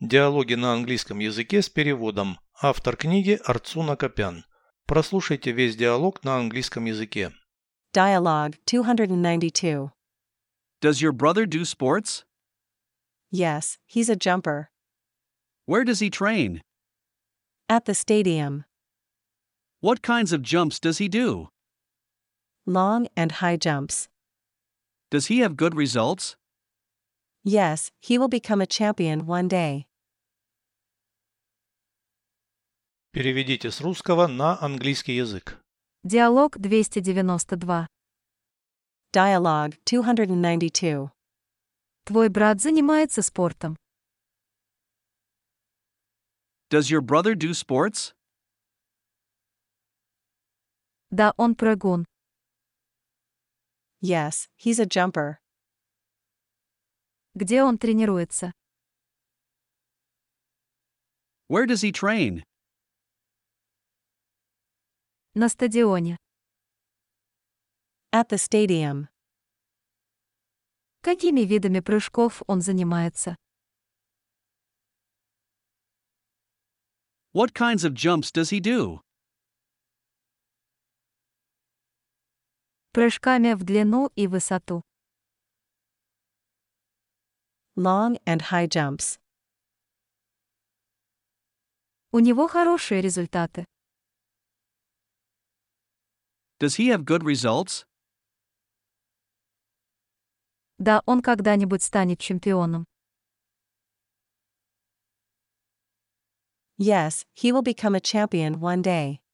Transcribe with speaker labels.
Speaker 1: Диалоги на английском языке с переводом. Автор книги Арцуна Копян. Прослушайте весь диалог на английском языке.
Speaker 2: Dialogue 292.
Speaker 3: Does your brother do sports?
Speaker 2: Yes, he's a jumper.
Speaker 3: Where does he train?
Speaker 2: At the stadium.
Speaker 3: What kinds of jumps does he do?
Speaker 2: Long and high jumps.
Speaker 3: Does he have good results?
Speaker 2: Yes, he will become a champion one day.
Speaker 1: Переведите с русского на английский язык.
Speaker 4: Диалог 292.
Speaker 2: Dialogue 292.
Speaker 4: Твой брат занимается спортом.
Speaker 3: Does your brother do sports?
Speaker 4: Да, он прыгун.
Speaker 2: Yes, he's a jumper.
Speaker 4: Где он тренируется?
Speaker 3: Where does he train?
Speaker 4: На стадионе.
Speaker 2: At the stadium.
Speaker 4: Какими видами прыжков он занимается?
Speaker 3: What kinds of jumps does he do?
Speaker 4: Прыжками в длину и высоту.
Speaker 2: Long and high jumps.
Speaker 4: У него хорошие результаты.
Speaker 3: Does he have good results?
Speaker 4: Да, он когда-нибудь станет чемпионом.
Speaker 2: Yes, he will become a champion one day.